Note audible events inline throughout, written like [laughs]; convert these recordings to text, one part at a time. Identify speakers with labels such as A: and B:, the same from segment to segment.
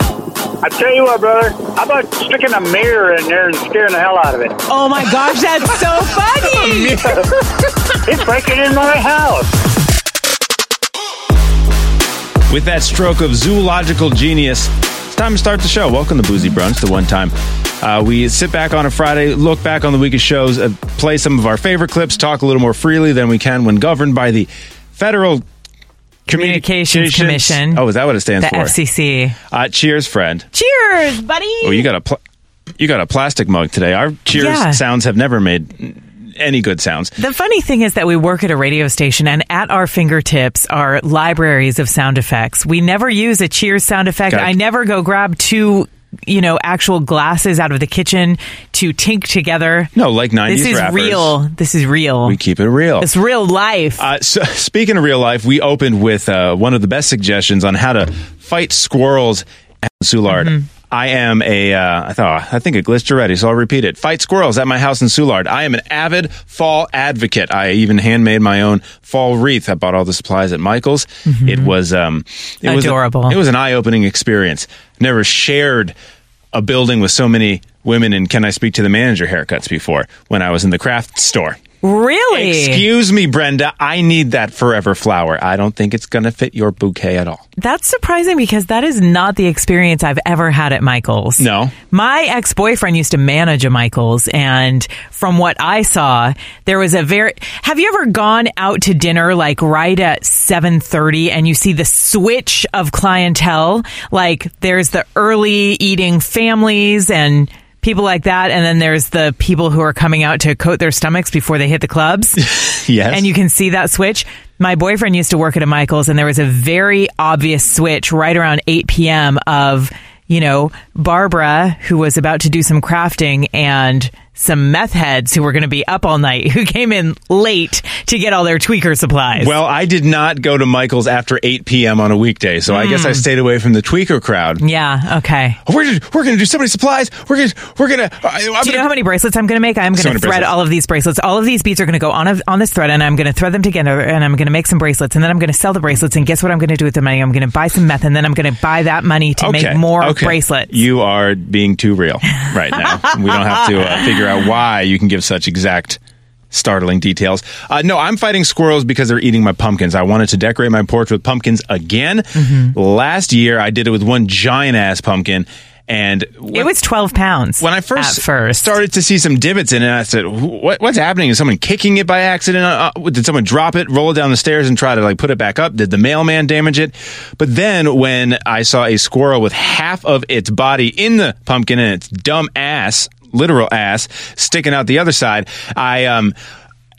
A: I tell you what, brother, how about sticking a mirror in there and scaring the hell out of it?
B: Oh my gosh, that's
C: [laughs]
B: so funny.
A: It's breaking in my house.
C: With that stroke of zoological genius, it's time to start the show. Welcome to Boozy Brunch, the one time uh, we sit back on a Friday, look back on the week of shows, uh, play some of our favorite clips, talk a little more freely than we can when governed by the Federal
B: Communications Commission.
C: Oh, is that what it stands
B: The
C: for?
B: FCC.
C: Uh, cheers, friend.
B: Cheers, buddy.
C: Oh, you got a pl- you got a plastic mug today. Our cheers
B: Yeah.
C: sounds have never made any good sounds.
B: The funny thing is that we work at a radio station, and at our fingertips are libraries of sound effects. We never use a cheers sound effect.
C: Correct.
B: I never go grab two, you know, actual glasses out of the kitchen to tink together.
C: No, like nineties.
B: This is
C: rappers.
B: real. This is real.
C: We keep it real.
B: it's real life.
C: Uh, so, [laughs] speaking of real life, we opened with uh, one of the best suggestions on how to fight squirrels at Soulard. I am a, uh, I thought, I think it glitched already, so I'll repeat it. Fight squirrels at my house in Soulard. I am an avid fall advocate. I even handmade my own fall wreath. I bought all the supplies at Michael's. It was, um, it
B: Adorable.
C: Was it was an eye-opening experience. Never shared a building with so many women in "Can I speak to the manager?" haircuts before when I was in the craft store.
B: really?
C: Excuse me, Brenda. I need that forever flower. I don't think it's going to fit your bouquet at all. [laughs]
B: That's surprising because that is not the experience I've ever had at Michael's.
C: No.
B: My ex boyfriend used to manage a Michael's, and from what I saw, there was a very. Have you ever gone out to dinner like right at seven thirty, and you see the switch of clientele? Like there's the early eating families and people like that, and then there's the people who are coming out to coat their stomachs before they hit the clubs
C: Yes.
B: and you can see that switch. My boyfriend used to work at a Michaels, and there was a very obvious switch right around 8 p.m. of, you know, Barbara, who was about to do some crafting, and some meth heads who were going to be up all night, [laughs] who came in late to get all their tweaker supplies.
C: well, I did not go to Michael's after 8 p.m. on a weekday, so I guess
B: Mm.
C: I stayed away from the tweaker crowd.
B: yeah, okay.
C: We're gonna, we're going to do so many supplies. We're going to we're going to. I'm
B: Do you know how
C: gonna-
B: many bracelets I'm going to make? I'm going
C: So
B: to
C: many
B: thread
C: bracelets.
B: all of these bracelets. All of these beads are going to go on a, on this thread, and I'm going to thread them together, and I'm going to make some bracelets, and then I'm going to sell the bracelets. And guess what I'm going to do with the money? I'm going to buy some meth, and then I'm going to buy that money to make more
C: okay.
B: bracelets.
C: You are being too real right now.
B: [laughs]
C: we don't have to uh, figure out why you can give such exact startling details. Uh, no, I'm fighting squirrels because they're eating my pumpkins. I wanted to decorate my porch with pumpkins again.
B: Mm-hmm.
C: Last year, I did it with one giant ass pumpkin. And
B: it was 12 pounds
C: when I first,
B: at first.
C: started to see some divots in it, I said, "Wh- what, "What's happening? Is someone kicking it by accident? Uh, uh, did someone drop it, roll it down the stairs, and try to like put it back up? Did the mailman damage it?" But then when I saw a squirrel with half of its body in the pumpkin and its dumb ass, literal ass, sticking out the other side, I um.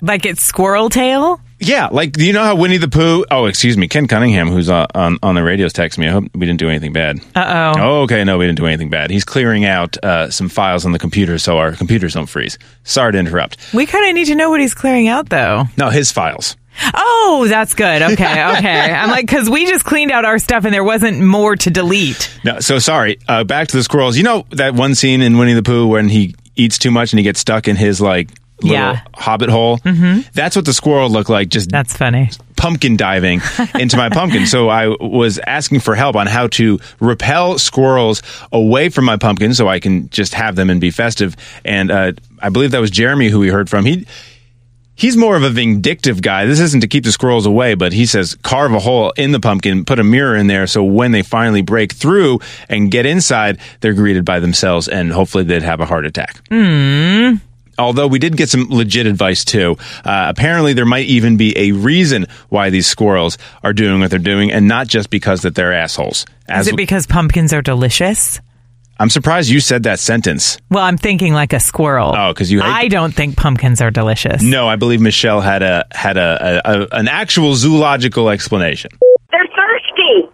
B: like it's squirrel tail.
C: Yeah, like do you know how Winnie the Pooh? Oh, excuse me, Ken Cunningham, who's on on, on the radio's text me. I hope we didn't do anything bad. Uh oh. Oh, okay, no, we didn't do anything bad. He's clearing out uh, some files on the computer so our computers don't freeze. Sorry to interrupt.
B: We kind of need to know what he's clearing out, though.
C: No, his files.
B: Oh, that's good. Okay,
C: [laughs]
B: okay. I'm like, because we just cleaned out our stuff, and there wasn't more to delete.
C: No, so sorry. Uh, back to the squirrels. You know that one scene in Winnie the Pooh when he eats too much and he gets stuck in his like little
B: Yeah.
C: hobbit hole. Mm-hmm. That's what the squirrel looked like, just
B: That's funny.
C: pumpkin diving into my pumpkin. So I was asking for help on how to repel squirrels away from my pumpkin so I can just have them and be festive. And uh, I believe that was Jeremy who we heard from. He he's more of a vindictive guy. This isn't to keep the squirrels away, but he says carve a hole in the pumpkin, put a mirror in there, so when they finally break through and get inside, they're greeted by themselves, and hopefully they'd have a heart attack.
B: Hmm.
C: Although we did get some legit advice too. Uh, apparently, there might even be a reason why these squirrels are doing what they're doing, and not just because that they're assholes.
B: Is
C: As
B: it because pumpkins are delicious?
C: I'm surprised you said that sentence.
B: Well, I'm thinking like a squirrel.
C: Oh, 'cause you hate-
B: I don't think pumpkins are delicious.
C: No, I believe Michelle had a had a, a, a an actual zoological explanation.
D: They're thirsty.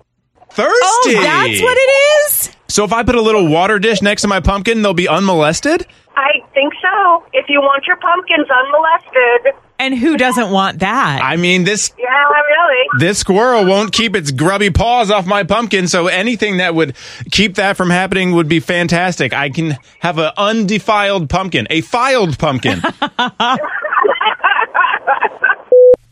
C: Thirsty.
B: Oh, that's what it is.
C: So if I put a little water dish next to my pumpkin, they'll be unmolested?
D: I think so. If you want your pumpkins unmolested.
B: And who doesn't want that?
C: I mean, this
D: Yeah, really.
C: this squirrel won't keep its grubby paws off my pumpkin, so anything that would keep that from happening would be fantastic. I can have an undefiled pumpkin, a filed pumpkin.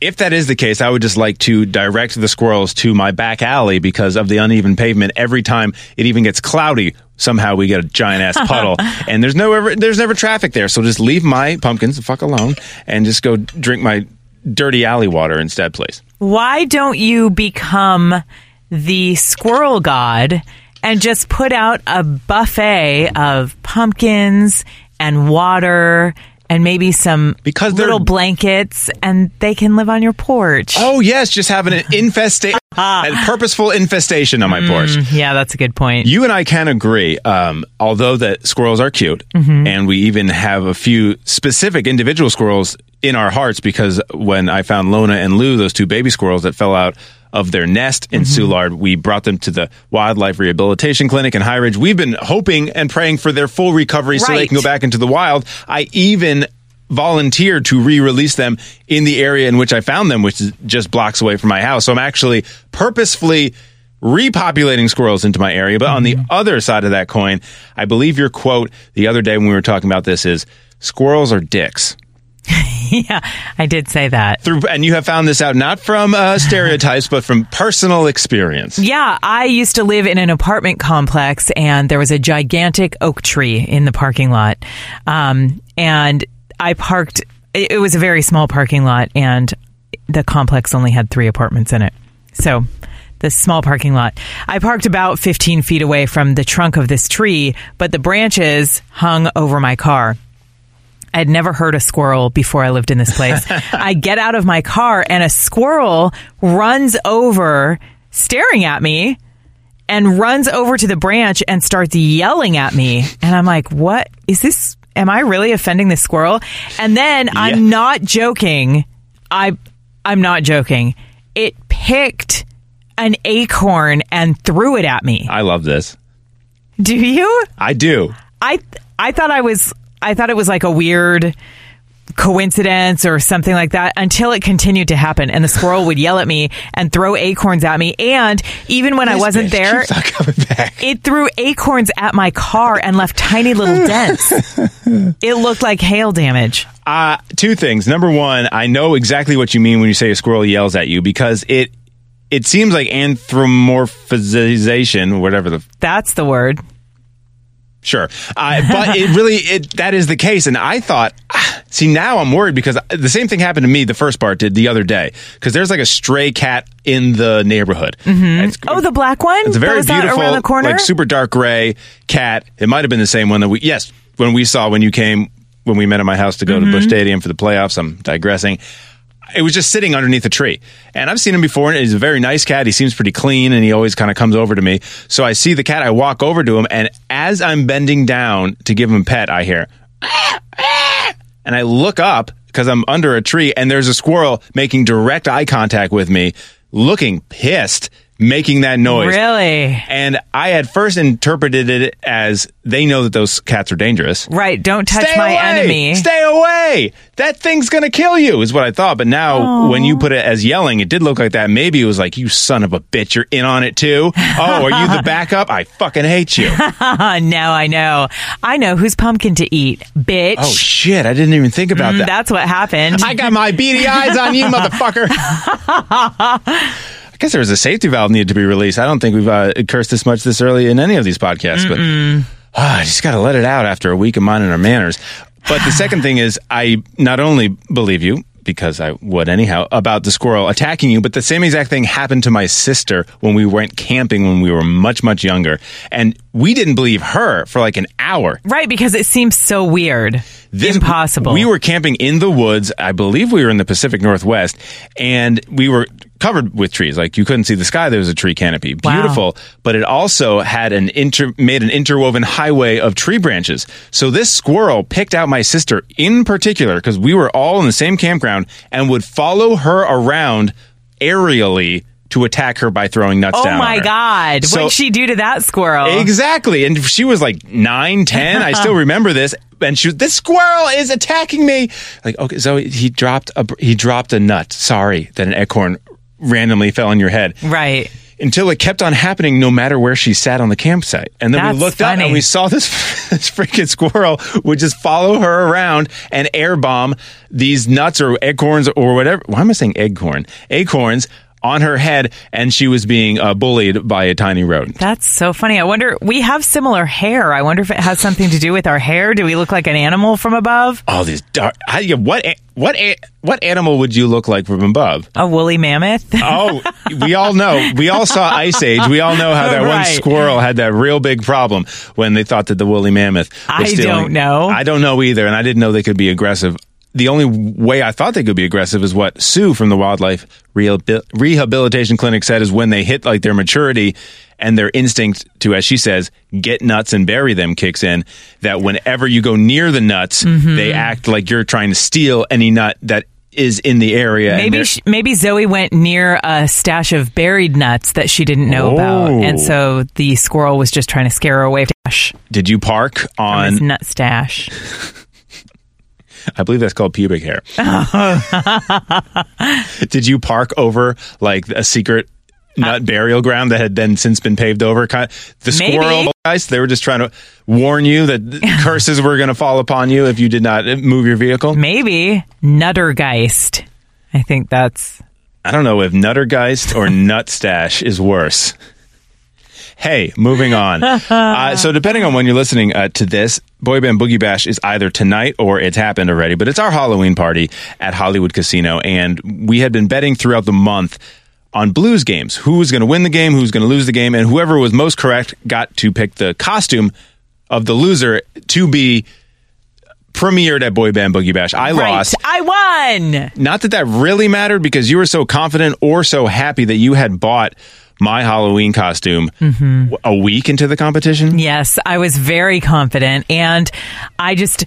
C: if that is the case, I would just like to direct the squirrels to my back alley because of the uneven pavement. Every time it even gets cloudy, somehow we get a giant ass puddle, and there's no ever, there's never traffic there. So just leave my pumpkins the fuck alone and just go drink my dirty alley water instead, please.
B: Why don't you become the squirrel god and just put out a buffet of pumpkins and water and maybe some
C: Because they're-
B: little blankets and they can live on your porch?
C: Oh yes, just having an infestation, a purposeful infestation on my porch.
B: Mm, Yeah, that's a good point.
C: You and I can agree, um, although that squirrels are cute, and we even have a few specific individual squirrels in our hearts because when I found Lona and Lou, those two baby squirrels that fell out of their nest in Soulard, we brought them to the Wildlife Rehabilitation Clinic in High Ridge. We've been hoping and praying for their full recovery so they
B: Right.
C: can go back into the wild. I even volunteered to re-release them in the area in which I found them, which is just blocks away from my house. So I'm actually purposefully repopulating squirrels into my area. But on
B: Mm-hmm.
C: the other side of that coin, I believe your quote the other day when we were talking about this is squirrels are dicks.
B: [laughs] yeah, I did say that.
C: Through and you have found this out not
B: [laughs]
C: from uh, stereotypes but from personal experience.
B: Yeah, I used to live in an apartment complex, and there was a gigantic oak tree in the parking lot. Um, and I parked, it, it was a very small parking lot, and the complex only had three apartments in it. So, this small parking lot. I parked about 15 feet away from the trunk of this tree, but the branches hung over my car. I had never heard a squirrel before I lived in this place. I get out of my car and a squirrel runs over, staring at me, and runs over to the branch and starts yelling at me. And I'm like, what is this? Am I really offending this squirrel? And then I'm
C: Yeah.
B: not joking. I I'm not joking. It picked an acorn and threw it at me.
C: I love this.
B: Do you?
C: I do.
B: I I thought I was I thought it was like a weird coincidence or something like that until it continued to happen and the squirrel would yell at me and throw acorns at me and even when I
C: This
B: wasn't
C: bitch
B: there
C: keeps on coming back.
B: it threw acorns at my car and left tiny little dents.
C: [laughs]
B: it looked like hail damage.
C: Uh, two things. Number one, I know exactly what you mean when you say a squirrel yells at you because it it seems like anthropomorphization, whatever the
B: That's the word.
C: sure. Uh, but it really it that is the case, and I thought. ah, See now I'm worried because the same thing happened to me. The first part did the other day because there's like a stray cat in the neighborhood. It's-
B: Oh, the black one?
C: it's
B: that
C: a very
B: was out
C: beautiful,
B: around the corner?
C: like super dark gray cat. It might have been the same one that we yes when we saw when you came when we met at my house to go to
B: Mm-hmm.
C: Bush Stadium for the playoffs. I'm digressing. It was just sitting underneath a tree, and I've seen him before. And he's a very nice cat. He seems pretty clean, and he always kind of comes over to me. So I see the cat. I walk over to him, and as I'm bending down to give him a pet, I hear [laughs] and I look up because I'm under a tree and there's a squirrel making direct eye contact with me, looking pissed, making that noise.
B: really?
C: And I had first interpreted it as they know that those cats are dangerous.
B: Right, don't touch
C: Stay
B: my
C: away!
B: enemy. [laughs]
C: Stay away! That thing's gonna kill you, is what I thought. But now, when you put it as yelling, it did look like that. Maybe it was like, you son of a bitch, you're in on it too. Oh,
B: [laughs]
C: are you the backup? I fucking hate you.
B: Uh, now I know. I know who's pumpkin to eat, bitch. [laughs]
C: oh shit, I didn't even think about that.
B: That's what happened.
C: I got my beady eyes on you, [laughs] motherfucker. I guess there was a safety valve needed to be released. I don't think we've uh, cursed this much this early in any of these podcasts, but ah, [sighs] I just got to let it out after a week of minding our manners. But the second thing is, I not only believe you. Because I would anyhow about the squirrel attacking you, but the same exact thing happened to my sister when we went camping when we were much, much younger. And we didn't believe her for like an hour.
B: Right, because it seems so weird.
C: This-
B: Impossible.
C: We were camping in the woods. I believe we were in the Pacific Northwest, and we were covered with trees. Like you couldn't see the sky. There was a tree canopy,
B: Wow.
C: beautiful. But it also had an inter made an interwoven highway of tree branches. So this squirrel picked out my sister in particular because we were all in the same campground and would follow her around aerially to attack her by throwing nuts
B: Oh
C: down. on
B: my
C: her.
B: God.
C: So-
B: What'd she do to that squirrel?
C: Exactly. And she was like nine, ten.
B: [laughs]
C: I still remember this. And she was, this squirrel is attacking me. Like, okay, so he dropped a, he dropped a nut. Sorry that an acorn randomly fell on your head.
B: Right.
C: until it kept on happening no matter where she sat on the campsite. And then
B: That's
C: we looked up
B: funny.
C: and we saw this, this [laughs] freaking squirrel would just follow her around and air bomb these nuts or acorns or whatever. Why am I saying acorn? Acorns on her head, and she was being uh, bullied by a tiny rodent.
B: That's so funny. I wonder, we have similar hair. I wonder if it has something to do with our hair. Do we look like an animal from above?
C: All these dark. How do you, what a- what a- what animal would you look like from above?
B: A woolly mammoth?
C: Oh, we all know. We all saw Ice Age. We all know how that one
B: Right.
C: squirrel had that real big problem when they thought that the woolly mammoth was
B: I don't
C: stealing.
B: know.
C: I don't know either, and I didn't know they could be aggressive. The only way I thought they could be aggressive is what Sue from the Wildlife Rehabil- Rehabilitation Clinic said is when they hit like their maturity and their instinct to, as she says, get nuts and bury them kicks in. That whenever you go near the nuts,
B: Mm-hmm.
C: they act like you're trying to steal any nut that is in the area. and
B: Maybe
C: they're-
B: sh maybe Zoe went near a stash of buried nuts that she didn't know about,
C: Oh.
B: and so the squirrel was just trying to scare her away. Stash
C: did you park on
B: his nut stash.
C: I believe that's called pubic hair. Did you park over like a secret nut burial ground that had then since been paved over? Kind the
B: Maybe.
C: squirrel guys, they were just trying to warn you that th- curses were going to fall upon you if you did not uh, move your vehicle.
B: Maybe nuttergeist. I think that's
C: I don't know if Nuttergeist or Nutstash is worse. Hey, moving on. uh, so, depending on when you're listening uh, to this, Boy Band Boogie Bash is either tonight or it's happened already, but it's our Halloween party at Hollywood Casino. And we had been betting throughout the month on blues games who was going to win the game, who was going to lose the game, and whoever was most correct got to pick the costume of the loser to be premiered at Boy Band Boogie Bash. I
B: right.
C: lost
B: I won.
C: not that that really mattered because you were so confident or so happy that you had bought my Halloween costume w- a week into the competition.
B: Yes, I was very confident, and I just.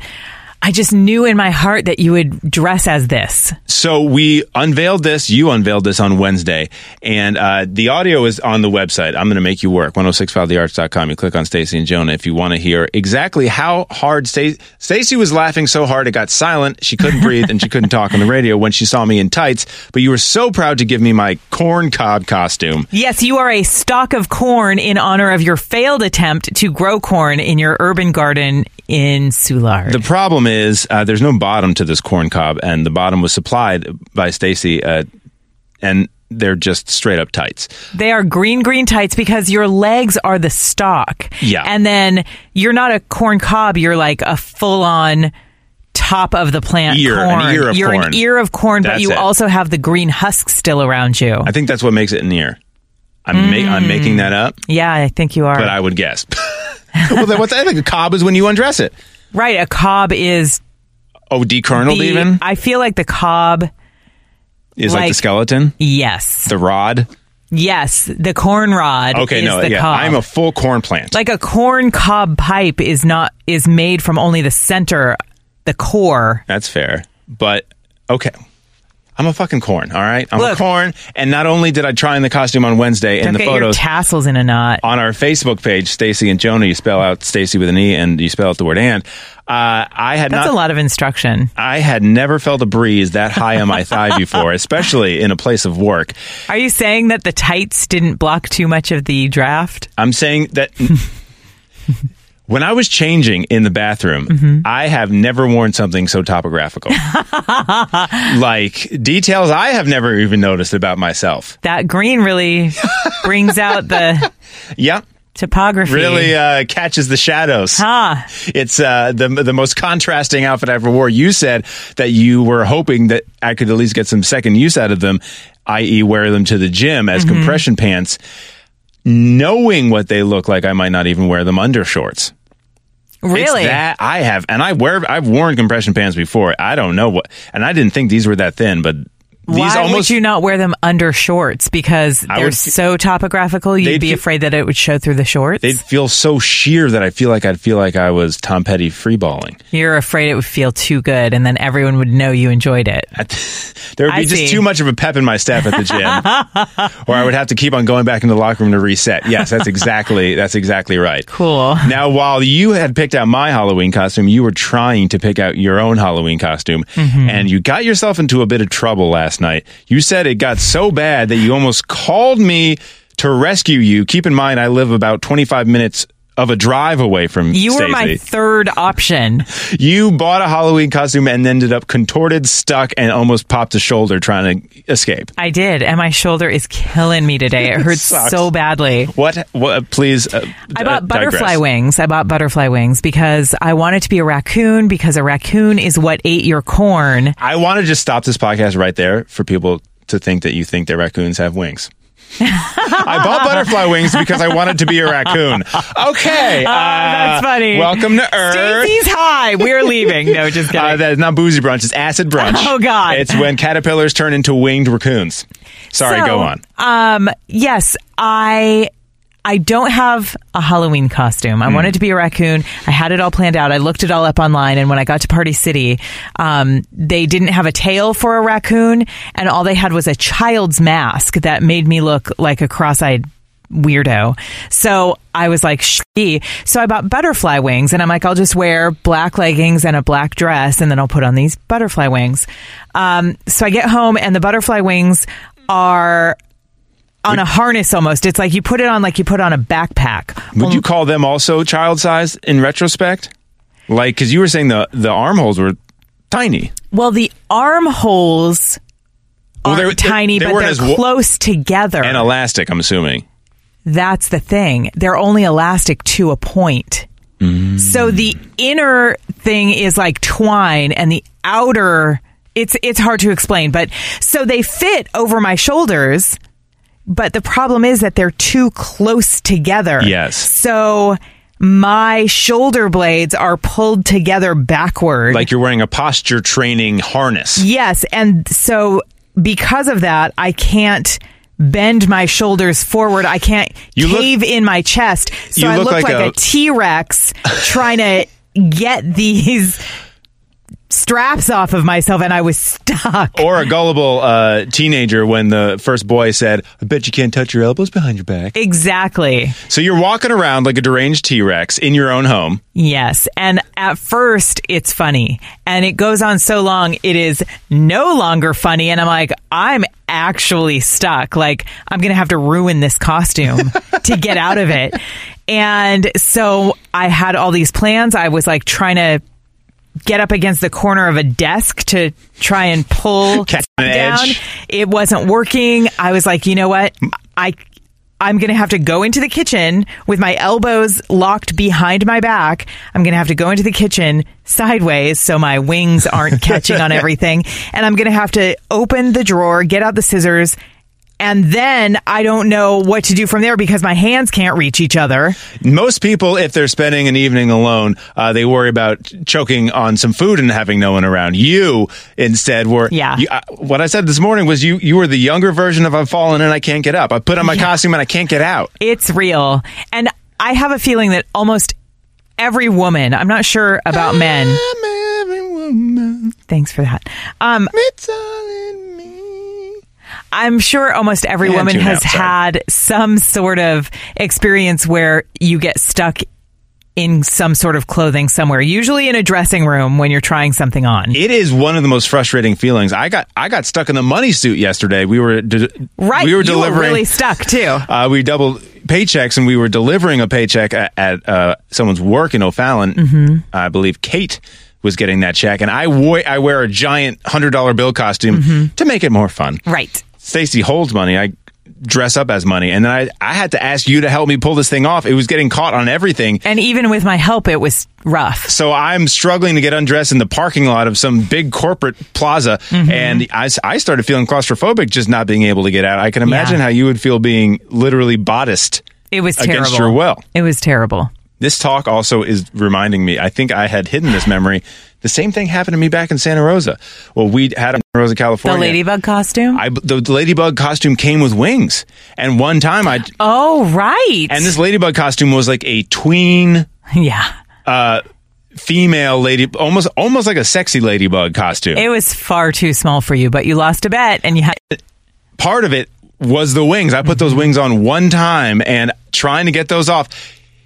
B: I just knew in my heart that you would dress as this.
C: So we unveiled this. You unveiled this on Wednesday, and uh, the audio is on the website. I'm going to make you work. 1065thearts.com. You click on Stacy and Jonah if you want to hear exactly how hard Stacy. Stacy was laughing so hard it got silent. She couldn't breathe and she couldn't talk on the radio when she saw me in tights. But you were so proud to give me my corn cob costume.
B: Yes, you are a stalk of corn in honor of your failed attempt to grow corn in your urban garden in Soulard.
C: The problem is uh, there's no bottom to this corn cob, and the bottom was supplied by Stacy, uh, and they're just straight up tights.
B: They are green, green tights because your legs are the stalk.
C: Yeah.
B: And then you're not a corn cob, you're like a full on top of the plant
C: Ear, an
B: corn.
C: ear of
B: you're
C: corn.
B: an ear of corn, but
C: That's
B: you
C: it.
B: also have the green husk still around you.
C: I think that's what makes it an ear. I'm, ma- I'm making that up,
B: Mm. yeah, I think you are.
C: but I would guess. [laughs] well, then what's that? Like a cob is when you undress it.
B: right, a cob is
C: Oh, decernal
B: the-
C: even
B: I feel like the cob,
C: is like, the
B: like-
C: skeleton,
B: yes.
C: the rod.
B: Yes, the corn rod
C: Okay,
B: is
C: no,
B: the
C: yeah,
B: cob.
C: I'm a full corn plant.
B: like a corn cob pipe is not is made from only the center, the core
C: That's fair. But okay. I'm a fucking corn, all right? I'm a
B: Look.
C: corn. And not only did I try in the costume on Wednesday and
B: Don't
C: the
B: get
C: photos, Uh,
B: your tassels in a knot.
C: on our Facebook page, Stacy and Jonah, you spell out Stacy with an E and you spell out the word and. Uh, I had
B: That's
C: not.
B: a lot of instruction.
C: I had never felt a breeze that high on my thigh before, especially in a place of work.
B: Are you saying that the tights didn't block too much of the draft?
C: I'm saying that [laughs] when I was changing in the bathroom,
B: Mm-hmm.
C: I have never worn something
B: [laughs]
C: so topographical. like details I have never even noticed about myself.
B: That green
C: [laughs]
B: really brings out the
C: Yep.
B: topography.
C: Really uh, catches the shadows.
B: Ah,
C: It's uh, the the most contrasting outfit I ever wore. You said that you were hoping that I could at least get some second use out of them, i.e., wear them to the gym as
B: Mm-hmm.
C: compression pants, knowing what they look like. I might not even wear them under shorts. It's
B: really?
C: that I have, and I wear. I've worn compression pants before. I don't know what, and I didn't think these were that thin, but these
B: Why
C: almost
B: would you not wear them under shorts? Because
C: I
B: they're
C: would-
B: so topographical,
C: They'd
B: you'd be
C: fe-
B: afraid that it would show through the shorts.
C: They'd feel so sheer that I feel like I'd feel like I was Tom Petty freeballing.
B: You're afraid it would feel too good, and then everyone would know you enjoyed it.
C: [laughs] There would be
B: I
C: just
B: see.
C: too much of a pep in my step at the gym,
B: [laughs]
C: or I would have to keep on going back into the locker room to reset. Yes, that's exactly that's exactly right.
B: Cool.
C: Now, while you had picked out my Halloween costume, you were trying to pick out your own Halloween costume,
B: Mm-hmm.
C: and you got yourself into a bit of trouble last night. You said it got so bad that you almost called me to rescue you. Keep in mind, I live about 25 minutes of a drive away from
B: You were my
C: Stacey.
B: third option.
C: You bought a Halloween costume and ended up contorted, stuck, and almost popped a shoulder trying to escape.
B: I did, and my shoulder is killing me today.
C: [laughs]
B: It hurts
C: sucks.
B: so badly.
C: What? What? Please. Uh,
B: I
C: uh,
B: bought butterfly
C: digress.
B: wings. I bought butterfly wings because I wanted to be a raccoon because a raccoon is what ate your corn.
C: I want to just stop this podcast right there for people to think that you think that raccoons
B: [laughs]
C: have wings. I bought butterfly wings because I wanted to be a raccoon.
B: [laughs]
C: Okay,
B: Oh, that's
C: uh,
B: funny.
C: Welcome to Earth.
B: Stacey's high. We're leaving. No, just kidding.
C: [laughs] Uh, that's not boozy brunch. It's acid
B: [laughs]
C: brunch.
B: Oh, God.
C: It's when caterpillars turn into winged raccoons. Sorry,
B: So,
C: go on.
B: Um, yes, I I don't have a Halloween costume. I wanted to be a raccoon. I had it all planned out. I looked it all up online, and when I got to Party City, um, they didn't have a tail for a raccoon, and all they had was a child's mask that made me look like a cross-eyed weirdo. So I was like, "Sh." So I bought butterfly wings, and I'm like, I'll just wear black leggings and a black dress, and then I'll put on these butterfly wings. Um, so I get home, and the butterfly wings are on a harness almost. It's like you put it on like you put on a backpack. Um,
C: Would you call them also child sized in retrospect? Like, because you were saying the the armholes were tiny.
B: Well, the armholes
C: Well,
B: are
C: they- they-
B: tiny,
C: they
B: but
C: weren't
B: they're
C: as wo-
B: close together.
C: and elastic. I'm assuming.
B: That's the thing. They're only elastic to a point. So the inner thing is like twine and the outer it's it's hard to explain, but so they fit over my shoulders, but the problem is that they're too close together.
C: Yes.
B: So my shoulder blades are pulled together backward.
C: Like you're wearing a posture training harness.
B: Yes, and so because of that, I can't bend my shoulders forward. I can't
C: You look-
B: cave in my chest. So
C: You
B: I
C: look
B: look
C: like
B: like,
C: a-
B: a T
C: [laughs]
B: Rex trying to get these straps off of myself, and I was stuck.
C: Or a gullible uh, teenager when the first boy said, I bet you can't touch your elbows behind your back.
B: Exactly.
C: So you're walking around like a deranged T Rex in your own home.
B: Yes. And at first, it's funny. And it goes on so long, it is no longer funny. And I'm like, I'm actually stuck. Like, I'm going to have to ruin this costume to get out of it. And so I had all these plans. I was like trying to get up against the corner of a desk to try and pull
C: [laughs] Catch an
B: down.
C: edge.
B: It wasn't working. I was like, you know what? I I'm going to have to go into the kitchen with my elbows locked behind my back. I'm going to have to go into the kitchen sideways so my wings
C: [laughs]
B: aren't catching on everything. And I'm going to have to open the drawer, get out the scissors, and then I don't know what to do from there because my hands can't reach each other.
C: Most people, if they're spending an evening alone, uh, they worry about choking on some food and having no one around. You instead were.
B: Yeah.
C: You, uh, what I said this morning was you. You were the younger version of I've fallen and I can't get up. I put on my costume and I can't get out.
B: It's real. And I have a feeling that almost every woman, I'm not sure about men.
C: I'm every woman.
B: Thanks for that. Um,
C: It's all in me.
B: I'm sure almost every
C: And
B: woman
C: tune
B: has
C: out, sorry.
B: had some sort of experience where you get stuck in some sort of clothing somewhere, usually in a dressing room when you're trying something on.
C: It is one of the most frustrating feelings. I got I got stuck in the money suit yesterday. We were de-
B: Right.
C: We were
B: you
C: delivering.
B: were really stuck
C: [laughs]
B: too.
C: uh, we doubled paychecks and we were delivering a paycheck at, at uh, someone's work in O'Fallon. Mm-hmm. I believe Kate was getting that check, and I wo- I wear a giant hundred dollar bill costume to make it more fun.
B: Right.
C: Stacy holds money. I dress up as money, and then I I had to ask you to help me pull this thing off. It was getting caught on everything.
B: And even with my help, it was rough.
C: So I'm struggling to get undressed in the parking lot of some big corporate plaza, and I, s- I started feeling claustrophobic just not being able to get out. I can imagine how you would feel being literally bodiced
B: It was terrible.
C: against your will.
B: It was terrible.
C: This talk also is reminding me. I think I had hidden this memory. The same thing happened to me back in Santa Rosa. Well, we had a Santa Rosa,
B: The
C: California.
B: ladybug costume.
C: I, the ladybug costume came with wings, and one time I
B: oh, right.
C: and this ladybug costume was like a
B: [laughs]
C: tween uh,
B: yeah.
C: female lady, almost almost like a sexy ladybug costume.
B: It was far too small for you, but you lost a bet and you had
C: part of it was the wings. I put those wings on one time and trying to get those off.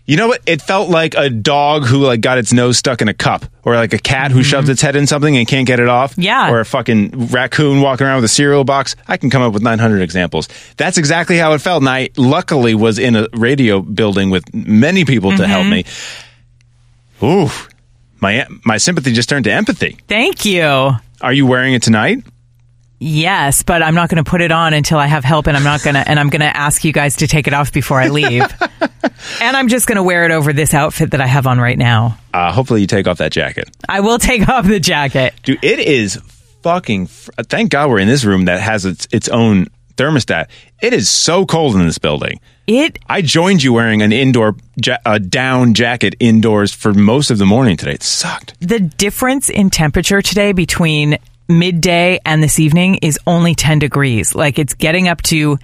C: You know what? It felt like a dog who like got its nose stuck in a cup, or like a cat who shoves its head in something and can't get it off.
B: Yeah.
C: Or a fucking raccoon walking around with a cereal box. I can come up with 900 examples. That's exactly how it felt, and I luckily was in a radio building with many people to help me. Ooh, my my sympathy just turned to empathy.
B: Thank you.
C: Are you wearing it tonight?
B: Yes, but I'm not going to put it on until I have help, and I'm not going to, and I'm going to ask you guys to take it off before I leave. and I'm just going to wear it over this outfit that I have on right now.
C: Uh, hopefully, you take off that jacket.
B: I will take off the jacket.
C: Dude, it is fucking. Fr- Thank God we're in this room that has its its own thermostat. It is so cold in this building.
B: It
C: I joined you wearing an indoor ja- uh, down jacket indoors for most of the morning today. It sucked.
B: the difference in temperature today between midday and this evening is only 10 degrees. Like it's getting up to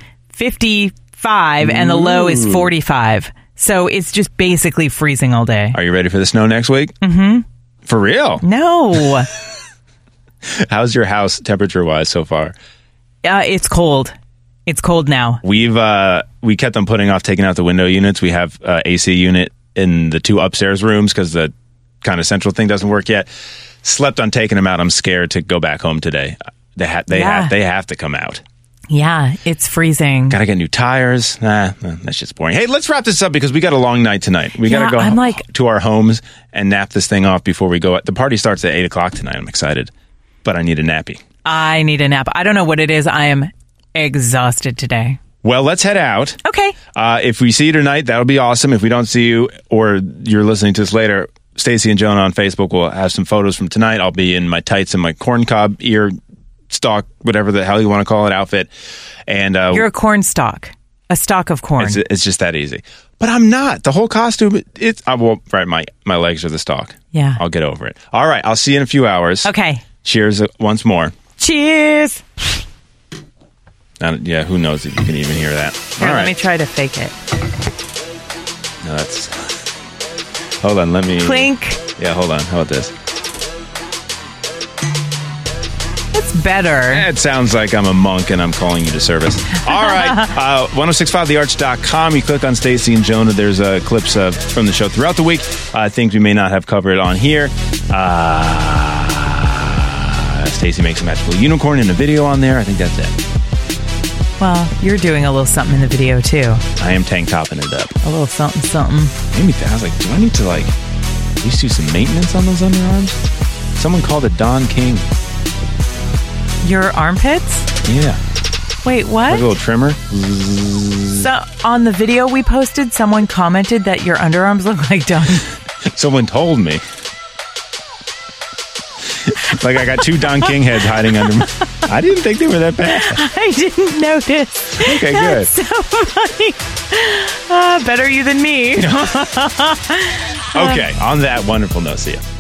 B: 55 and the low is 45. So it's just basically freezing all day.
C: Are you ready for the snow next week? Mm-hmm. For real?
B: No, uh,
C: How's your house temperature wise so far?
B: it's cold. It's cold now.
C: We've uh, we kept on putting off taking out the window units. We have uh, AC unit in the two upstairs rooms because the kind of central thing doesn't work yet. Slept on taking them out. I'm scared to go back home today. They ha- they
B: Yeah.
C: have they have to come out.
B: Yeah, it's freezing.
C: Gotta get new tires. Nah, nah, that shit's boring. Hey, let's wrap this up because we got a long night tonight. We
B: Yeah,
C: gotta go
B: I'm
C: ho-
B: like-
C: to our homes and nap this thing off before we go. out. The party starts at eight o'clock tonight. I'm excited, but I need a nappy.
B: I need a nap. I don't know what it is. I am exhausted today.
C: Well, let's head out.
B: Okay.
C: Uh, if we see you tonight, that'll be awesome. If we don't see you or you're listening to this later, Stacy and Jonah on Facebook will have some photos from tonight. I'll be in my tights and my corn cob ear stalk, whatever the hell you want to call it, outfit. And uh,
B: You're a corn stalk, a stalk of corn.
C: it's, it's just that easy. But I'm not. The whole costume, it's, I will, right, my, my legs are the stalk.
B: Yeah.
C: I'll get over it. All right. I'll see you in a few hours.
B: Okay.
C: Cheers uh, once more.
B: Cheers.
C: Uh, yeah, who knows if you can even hear that.
B: Here,
C: All
B: let me
C: right.
B: try to fake it.
C: No, that's, hold on. Let me.
B: Clink.
C: Yeah, hold on. How about this?
B: It's better.
C: It sounds like I'm a monk and I'm calling you to service. All right. Uh, 1065thearch.com. You click on Stacy and Jonah. There's uh, clips uh, from the show throughout the week, uh, things we may not have covered on here. Uh, Stacy makes a magical unicorn in a video on there. I think that's it.
B: Well, you're doing a little something in the video too.
C: I am tank topping it up.
B: A little something, something.
C: Maybe I was like, do I need to like at least do some maintenance on those underarms? Someone called it Don King.
B: Your armpits?
C: Yeah,
B: Wait,
C: like a
B: what?
C: little trimmer.
B: So on the video we posted, someone commented that your underarms look like Don.
C: Someone told me. like I got two Don King heads hiding under me. I didn't think they were that bad.
B: [laughs] I didn't notice.
C: Okay, good.
B: That's so [laughs] funny. Ah, better you than me.
C: Okay, on that wonderful note, see ya.